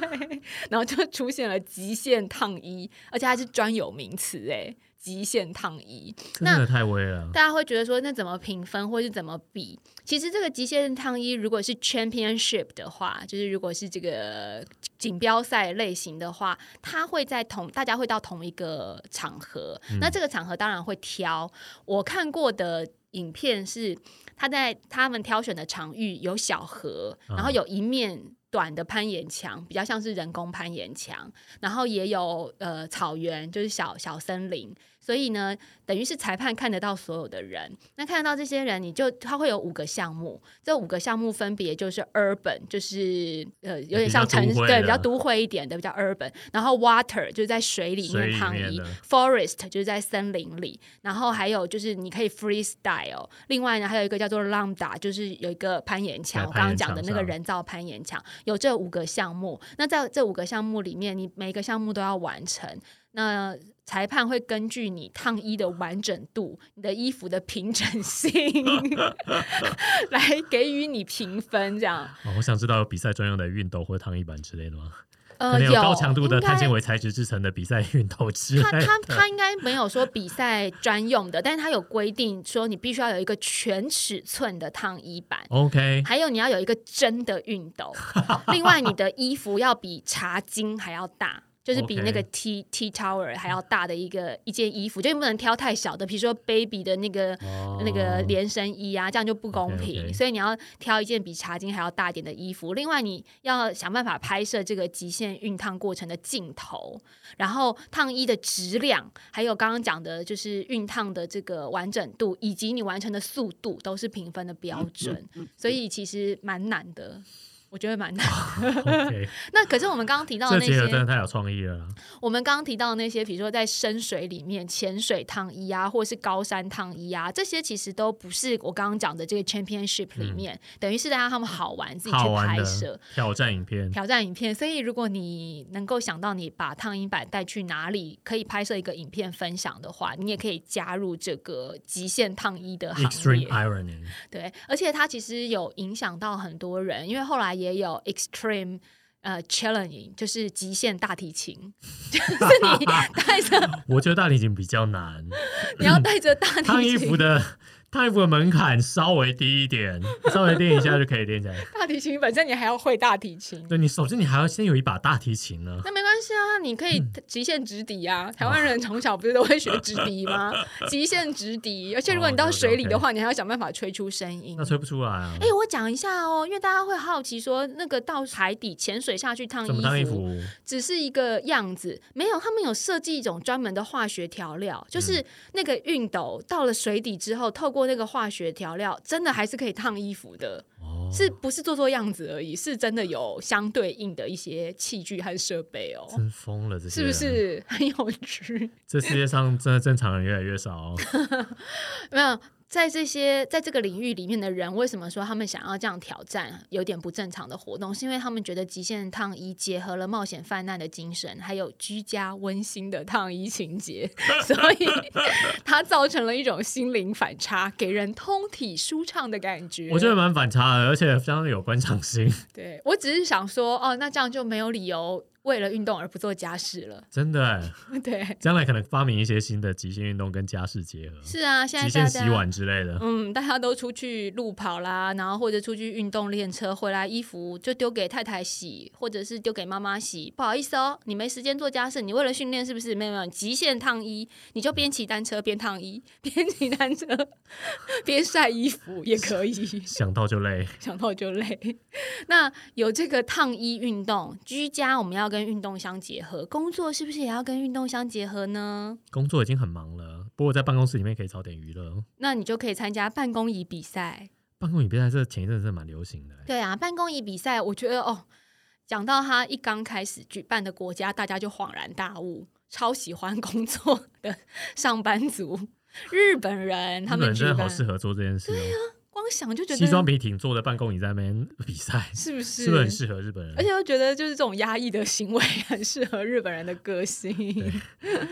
[SPEAKER 2] 然后就出现了极限烫衣，而且还是专有名词哎，极限烫衣。
[SPEAKER 1] 真的太威了。
[SPEAKER 2] 大家会觉得说，那怎么评分或是怎么比？其实这个极限烫衣如果是 championship 的话，就是如果是这个锦标赛类型的话，它会在同大家会到同一个场合，那这个场合当然会挑。我看过的影片是，他在他们挑选的场域有小河，
[SPEAKER 1] 嗯
[SPEAKER 2] 然后有一面。短的攀岩墙比较像是人工攀岩墙，然后也有呃草原，就是小小森林，所以呢，等于是裁判看得到所有的人。那看得到这些人，你就他会有五个项目，这五个项目分别就是 urban，就是呃有点像城
[SPEAKER 1] 比较都会的
[SPEAKER 2] 对比较都会一点的比较 urban，然后 water 就是在水里
[SPEAKER 1] 水里
[SPEAKER 2] 面烫
[SPEAKER 1] 面
[SPEAKER 2] 衣
[SPEAKER 1] 的
[SPEAKER 2] ，forest 就是在森林里，然后还有就是你可以 freestyle。另外呢，还有一个叫做 lambda，就是有一个攀岩墙，
[SPEAKER 1] 在
[SPEAKER 2] 我刚
[SPEAKER 1] 攀岩
[SPEAKER 2] 刚讲的
[SPEAKER 1] 墙
[SPEAKER 2] 那个
[SPEAKER 1] 上
[SPEAKER 2] 人造攀岩墙，有这五个项目。那在这五个项目里面，你每个项目都要完成。那裁判会根据你烫衣的完整度、你的衣服的平整性
[SPEAKER 1] [LAUGHS]
[SPEAKER 2] 来给予你评分，这样。
[SPEAKER 1] 哦，我想知道有比赛专用的熨斗或烫衣板之类的吗？可
[SPEAKER 2] 呃，
[SPEAKER 1] 能有高强度的
[SPEAKER 2] 应该
[SPEAKER 1] 碳纤维材质制成的比赛熨斗之
[SPEAKER 2] 他
[SPEAKER 1] 类
[SPEAKER 2] 他
[SPEAKER 1] 的。
[SPEAKER 2] 他应该没有说比赛专用的，但是他有规定说你必须要有一个全尺寸的烫衣板，
[SPEAKER 1] OK，
[SPEAKER 2] 还有你要有一个真的熨斗，另外你的衣服要比茶巾还要大。就是比
[SPEAKER 1] OK
[SPEAKER 2] 那个 T T tower 还要大的一个一件衣服，就你不能挑太小的，比如说 baby 的那个、
[SPEAKER 1] 哦
[SPEAKER 2] 那个连身衣啊，这样就不公平。
[SPEAKER 1] OK，OK
[SPEAKER 2] 所以你要挑一件比茶巾还要大一点的衣服。另外，你要想办法拍摄这个极限熨烫过程的镜头，然后烫衣的质量，还有刚刚讲的就是熨烫的这个完整度，以及你完成的速度，都是评分的标准。所以其实蛮难的。我觉得蛮难。 [LAUGHS]
[SPEAKER 1] OK，
[SPEAKER 2] 那可是我们刚刚提到的
[SPEAKER 1] 这
[SPEAKER 2] 那
[SPEAKER 1] 结合真的
[SPEAKER 2] 些，
[SPEAKER 1] 太有创意了啦。
[SPEAKER 2] 我们刚刚提到的那些，比如说在深水里面潜水烫衣啊，或者是高山烫衣啊，这些其实都不是我刚刚讲的这个 championship 里面，等于是让他们好玩自己去
[SPEAKER 1] 嗯好玩
[SPEAKER 2] 拍
[SPEAKER 1] 的
[SPEAKER 2] 摄。
[SPEAKER 1] 挑战影片，
[SPEAKER 2] 挑战影片，所以如果你能够想到你把烫衣板带去哪里可以拍摄一个影片分享的话，你也可以加入这个极限烫衣的行
[SPEAKER 1] Extreme
[SPEAKER 2] 列。
[SPEAKER 1] Ironing，
[SPEAKER 2] 对，而且它其实有影响到很多人，因为后来也有 extreme 呃 challenging，就是极限大提琴， [LAUGHS] 就是你带
[SPEAKER 1] [LAUGHS]
[SPEAKER 2] 着
[SPEAKER 1] 我觉得大提琴比较
[SPEAKER 2] [LAUGHS]
[SPEAKER 1] 难，
[SPEAKER 2] 你要带着大
[SPEAKER 1] 烫
[SPEAKER 2] 提
[SPEAKER 1] 衣
[SPEAKER 2] 琴
[SPEAKER 1] 服，的 [LAUGHS] 烫衣服的门槛稍微低一点，稍微练一下就可以练起来。
[SPEAKER 2] 大提琴本身你还要会大提琴。
[SPEAKER 1] 对你首先你还要先有一把大提琴呢，
[SPEAKER 2] 那没关系啊，你可以
[SPEAKER 1] 嗯
[SPEAKER 2] 极限直笛啊！
[SPEAKER 1] 哦
[SPEAKER 2] 台湾人从小不是都会学直笛吗？极限直笛，而且如果你到水里的话，你还要想办法吹出声音
[SPEAKER 1] 哦那。吹不出来啊
[SPEAKER 2] 哎、。我讲一下哦，因为大家会好奇说，那个到海底潜水下去烫
[SPEAKER 1] 怎么烫衣服？
[SPEAKER 2] 只是一个样子，没有他们有设计一种专门的化学调
[SPEAKER 1] 嗯
[SPEAKER 2] 料，就是那个熨斗到了水底之后，透过那个化学调料，真的还是可以烫衣服的，
[SPEAKER 1] 哦，
[SPEAKER 2] 是不是做做样子而已？是真的有相对应的一些器具和设备哦。
[SPEAKER 1] 真疯了，这些
[SPEAKER 2] 是不
[SPEAKER 1] 人？
[SPEAKER 2] 是 [LAUGHS] 很有趣？
[SPEAKER 1] 这世界上真的正常人越来越少哦。
[SPEAKER 2] 没有，在这些在这个领域里面的人，为什么说他们想要这样挑战有点不正常的活动？是因为他们觉得极限烫衣结合了冒险犯难的精神，还有居家温馨的烫衣
[SPEAKER 1] [LAUGHS]
[SPEAKER 2] 情节，所以它造成了一种心灵反差，给人通体舒畅的感觉。
[SPEAKER 1] 我觉得蛮反差的，而且相当有观赏性， [LAUGHS]
[SPEAKER 2] 对我只是想说，哦，那这样就没有理由为了运动而不做家事了。 [LAUGHS]
[SPEAKER 1] 真的欸。
[SPEAKER 2] 对，
[SPEAKER 1] 将来可能发明一些新的极限运动跟家事结合，
[SPEAKER 2] 是啊，现
[SPEAKER 1] 极
[SPEAKER 2] 在大
[SPEAKER 1] 限
[SPEAKER 2] 家
[SPEAKER 1] 洗碗之类的。。
[SPEAKER 2] 嗯，大家都出去路跑啦，然后或者出去运动练车，回来衣服就丢给太太洗，或者是丢给妈妈洗。不好意思哦，你没时间做家事，你为了训练是不是？没有没有，极限烫衣，你就边骑单车边烫衣，边骑单车边晒衣服也可以 [LAUGHS]
[SPEAKER 1] 想到就累，
[SPEAKER 2] 想到就累。那有这个烫衣运动，居家我们要跟运动相结合，工作是不是也要跟运动相结合呢？
[SPEAKER 1] 工作已经很忙了，不过在办公室里面可以找点娱乐。
[SPEAKER 2] 那你就可以参加办公椅比赛。
[SPEAKER 1] 办公椅比赛这前一阵子真的蛮流行的欸，
[SPEAKER 2] 对啊，办公椅比赛，我觉得哦，讲到他一刚开始举办的国家，大家就恍然大悟，超喜欢工作的 [LAUGHS] 上班族，日本人他
[SPEAKER 1] 日本
[SPEAKER 2] 们
[SPEAKER 1] 人
[SPEAKER 2] 举
[SPEAKER 1] 真的
[SPEAKER 2] 办
[SPEAKER 1] 好，适合做这件事哦。
[SPEAKER 2] 光想就觉
[SPEAKER 1] 西装
[SPEAKER 2] 得
[SPEAKER 1] 笔挺做的办公椅在那边比赛，
[SPEAKER 2] 是不是？
[SPEAKER 1] 是不是很适合日本人
[SPEAKER 2] 而？且又觉得就是这种压抑的行为很适合日本人的个性。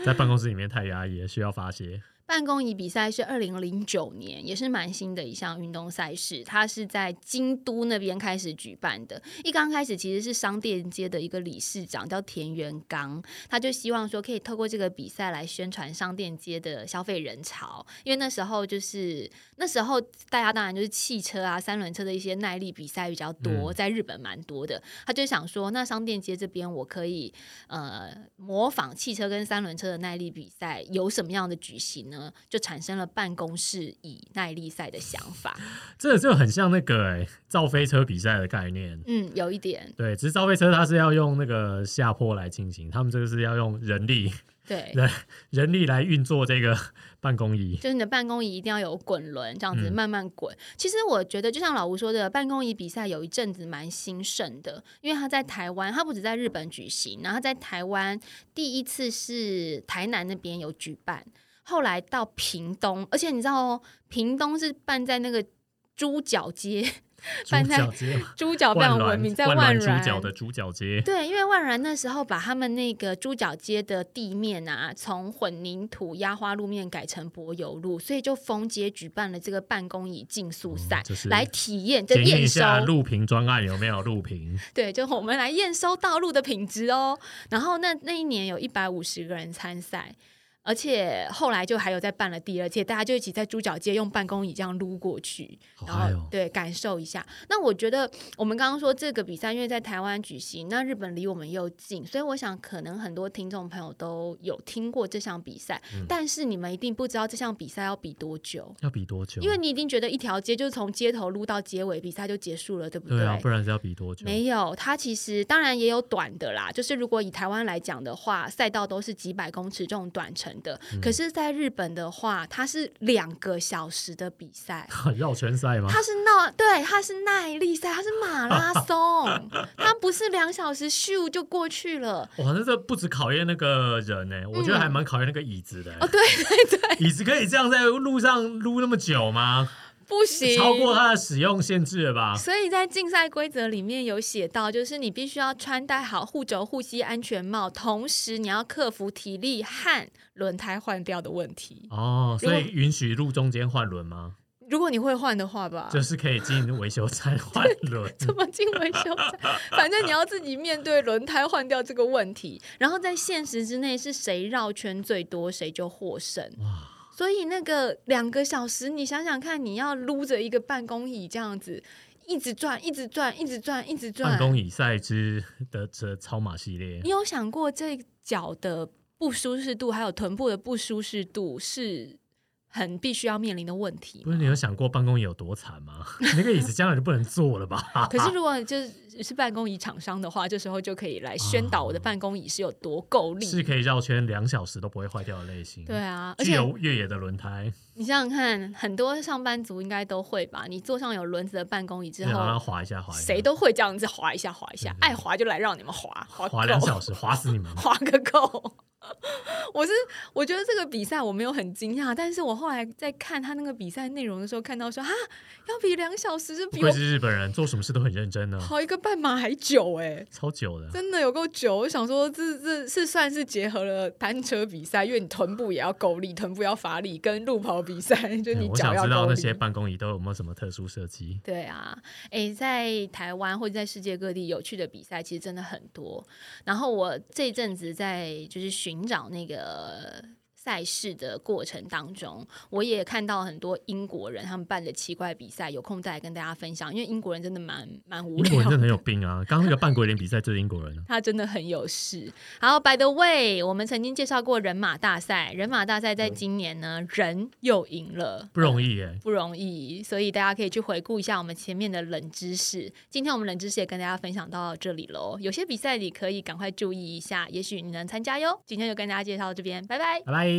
[SPEAKER 1] 在办公室里面太压抑了，需要发泄。
[SPEAKER 2] 办公椅比赛是二零零九年，也是蛮新的一项运动赛事，它是在京都那边开始举办的。一刚开始其实是商店街的一个理事长叫田园刚，他就希望说可以透过这个比赛来宣传商店街的消费人潮，因为那时候就是那时候大家当然就是汽车啊、三轮车的一些耐力比赛比较
[SPEAKER 1] 嗯
[SPEAKER 2] 多，在日本蛮多的。他就想说，那商店街这边我可以呃模仿汽车跟三轮车的耐力比赛有什么样的举行呢？就产生了办公室以耐力赛的想法。
[SPEAKER 1] 这就很像那个哎、造飞车比赛的概念。
[SPEAKER 2] 嗯，有一点
[SPEAKER 1] 对，只是造飞车它是要用那个下坡来进行，他们这个是要用人力 [LAUGHS]
[SPEAKER 2] 对。
[SPEAKER 1] 人人力来运作这个办公椅。
[SPEAKER 2] 就是你的办公椅一定要有滚轮，这样子
[SPEAKER 1] 嗯
[SPEAKER 2] 慢慢滚。其实我觉得，就像老吴说的，办公椅比赛有一阵子蛮兴盛的，因为它在台湾，它不止在日本举行，然后在台湾第一次是台南那边有举办，后来到屏东，而且你知道哦，屏东是办在那个猪脚街，
[SPEAKER 1] 猪
[SPEAKER 2] 办在
[SPEAKER 1] 脚街嘛，
[SPEAKER 2] 猪脚非
[SPEAKER 1] 万
[SPEAKER 2] 常闻名，
[SPEAKER 1] 峦
[SPEAKER 2] 在
[SPEAKER 1] 万
[SPEAKER 2] 万
[SPEAKER 1] 峦猪脚
[SPEAKER 2] 峦
[SPEAKER 1] 的。猪脚街，
[SPEAKER 2] 对，因为万峦那时候把他们那个猪脚街的地面啊，从混凝土压花路面改成柏油路，所以就封街举办了这个办公椅竞速赛，
[SPEAKER 1] 哦就是
[SPEAKER 2] 来体验这
[SPEAKER 1] 检验
[SPEAKER 2] 验
[SPEAKER 1] 一
[SPEAKER 2] 收。
[SPEAKER 1] 下录屏专案有没有录屏。
[SPEAKER 2] 对，就我们来验收道路的品质哦。然后那那一年有一百五十个人参赛，而且后来就还有再办了第二届，大家就一起在猪脚街用办公椅这样撸过去，
[SPEAKER 1] 好
[SPEAKER 2] 然
[SPEAKER 1] 嗨
[SPEAKER 2] 后
[SPEAKER 1] 哦
[SPEAKER 2] 对感受一下。那我觉得我们刚刚说这个比赛因为在台湾举行，那日本离我们又近，所以我想可能很多听众朋友都有听过这项比赛，
[SPEAKER 1] 嗯
[SPEAKER 2] 但是你们一定不知道这项比赛要比多久。
[SPEAKER 1] 要比多久？
[SPEAKER 2] 因为你已经觉得一条街就是从街头撸到街尾，比赛就结束了，对不
[SPEAKER 1] 对啊，不然是要比多久？。
[SPEAKER 2] 没有，它其实当然也有短的啦，就是如果以台湾来讲的话，赛道都是几百公尺这种短程的。可是，在日本的话，它是两个小时的比赛
[SPEAKER 1] [LAUGHS] 绕圈赛吗？
[SPEAKER 2] 它是闹，对，它是耐力赛，它是马拉松，它不是两小时咻就过去
[SPEAKER 1] [LAUGHS]
[SPEAKER 2] 了。
[SPEAKER 1] 哇，那这不止考验那个人呢、
[SPEAKER 2] 嗯
[SPEAKER 1] 我觉得还蛮考验那个椅子的、哎
[SPEAKER 2] 哦，对对对，
[SPEAKER 1] 椅子可以这样在路上撸那么久吗？
[SPEAKER 2] 不行，
[SPEAKER 1] 超过它的使用限制了吧？
[SPEAKER 2] 所以在竞赛规则里面有写到，就是你必须要穿戴好护肘护膝安全帽，同时你要克服体力和轮胎换掉的问题。
[SPEAKER 1] 哦，所以允许路中间换轮吗？
[SPEAKER 2] 如果你会换的话吧，。
[SPEAKER 1] 就是可以进维修站换轮
[SPEAKER 2] [LAUGHS] 怎么进维修站？反正你要自己面对轮胎换掉这个问题，然后在现实之内是谁绕圈最多，谁就获胜。
[SPEAKER 1] 哇，
[SPEAKER 2] 所以那个两个小时，你想想看，你要撸着一个办公椅这样子，一直转，一直转，一直转，一直
[SPEAKER 1] 办
[SPEAKER 2] 转。
[SPEAKER 1] 公椅赛之的这超马系列
[SPEAKER 2] 你，有想过这脚的不舒适度，还有臀部的不舒适度是很必须要面临的问题
[SPEAKER 1] 不是你有想过办公椅有多惨
[SPEAKER 2] [LAUGHS]
[SPEAKER 1] 吗？那个椅子将来就不能坐了吧？
[SPEAKER 2] 可是如果就是是办公椅厂商的话，这时候就可以来宣导我的办公椅是有多够力。
[SPEAKER 1] 啊是可以绕圈两小时都不会坏掉的类型。
[SPEAKER 2] 对，啊，而
[SPEAKER 1] 具
[SPEAKER 2] 且
[SPEAKER 1] 有越野的轮胎，
[SPEAKER 2] 你想想看，很多上班族应该都会吧？你坐上有轮子的办公椅之
[SPEAKER 1] 然后让它
[SPEAKER 2] 后，
[SPEAKER 1] 滑一下啊滑一下，
[SPEAKER 2] 谁都会这样子滑一下滑一下
[SPEAKER 1] 对对，对
[SPEAKER 2] 爱滑就来让你们滑滑
[SPEAKER 1] 滑
[SPEAKER 2] 够！
[SPEAKER 1] 两小时，滑死你们
[SPEAKER 2] [LAUGHS] 滑个够。我是我觉得这个比赛我没有很惊讶，但是我后来在看他那个比赛内容的时候，看到说啊，要比两小时是
[SPEAKER 1] 不
[SPEAKER 2] 比
[SPEAKER 1] 愧
[SPEAKER 2] 我
[SPEAKER 1] 是日本人，做什么事都很认真呢，
[SPEAKER 2] 跑一个半马还久哎、
[SPEAKER 1] 超久的。
[SPEAKER 2] 真的有够久，我想说这这是算是结合了单车比赛，因为你臀部也要够力，臀部要发力，跟路跑比赛， [LAUGHS] 就是
[SPEAKER 1] 嗯
[SPEAKER 2] 你
[SPEAKER 1] 我
[SPEAKER 2] 脚
[SPEAKER 1] 想
[SPEAKER 2] 要
[SPEAKER 1] 知道
[SPEAKER 2] 够
[SPEAKER 1] 那
[SPEAKER 2] 力
[SPEAKER 1] 些。办公椅都有没有什么特殊设计？
[SPEAKER 2] 对啊，诶，在台湾或者在世界各地有趣的比赛其实真的很多。然后我这一阵子在就是寻找那个赛事的过程当中，我也看到很多英国人他们办的奇怪比赛，有空再来跟大家分享。因为英国人真的蛮蛮无
[SPEAKER 1] 英国
[SPEAKER 2] 聊
[SPEAKER 1] 人真的很有病啊！刚刚那个半鬼脸比赛就是英国人啊，
[SPEAKER 2] 他真的很有事。然后，by the way，我们曾经介绍过人马大赛，人马大赛在今年呢，人又赢了。
[SPEAKER 1] 不容易耶。
[SPEAKER 2] 不容易，所以大家可以去回顾一下我们前面的冷知识。今天我们冷知识也跟大家分享到这里喽。有些比赛你可以赶快注意一下，也许你能参加哟。今天就跟大家介绍到这边，拜拜。
[SPEAKER 1] 拜拜。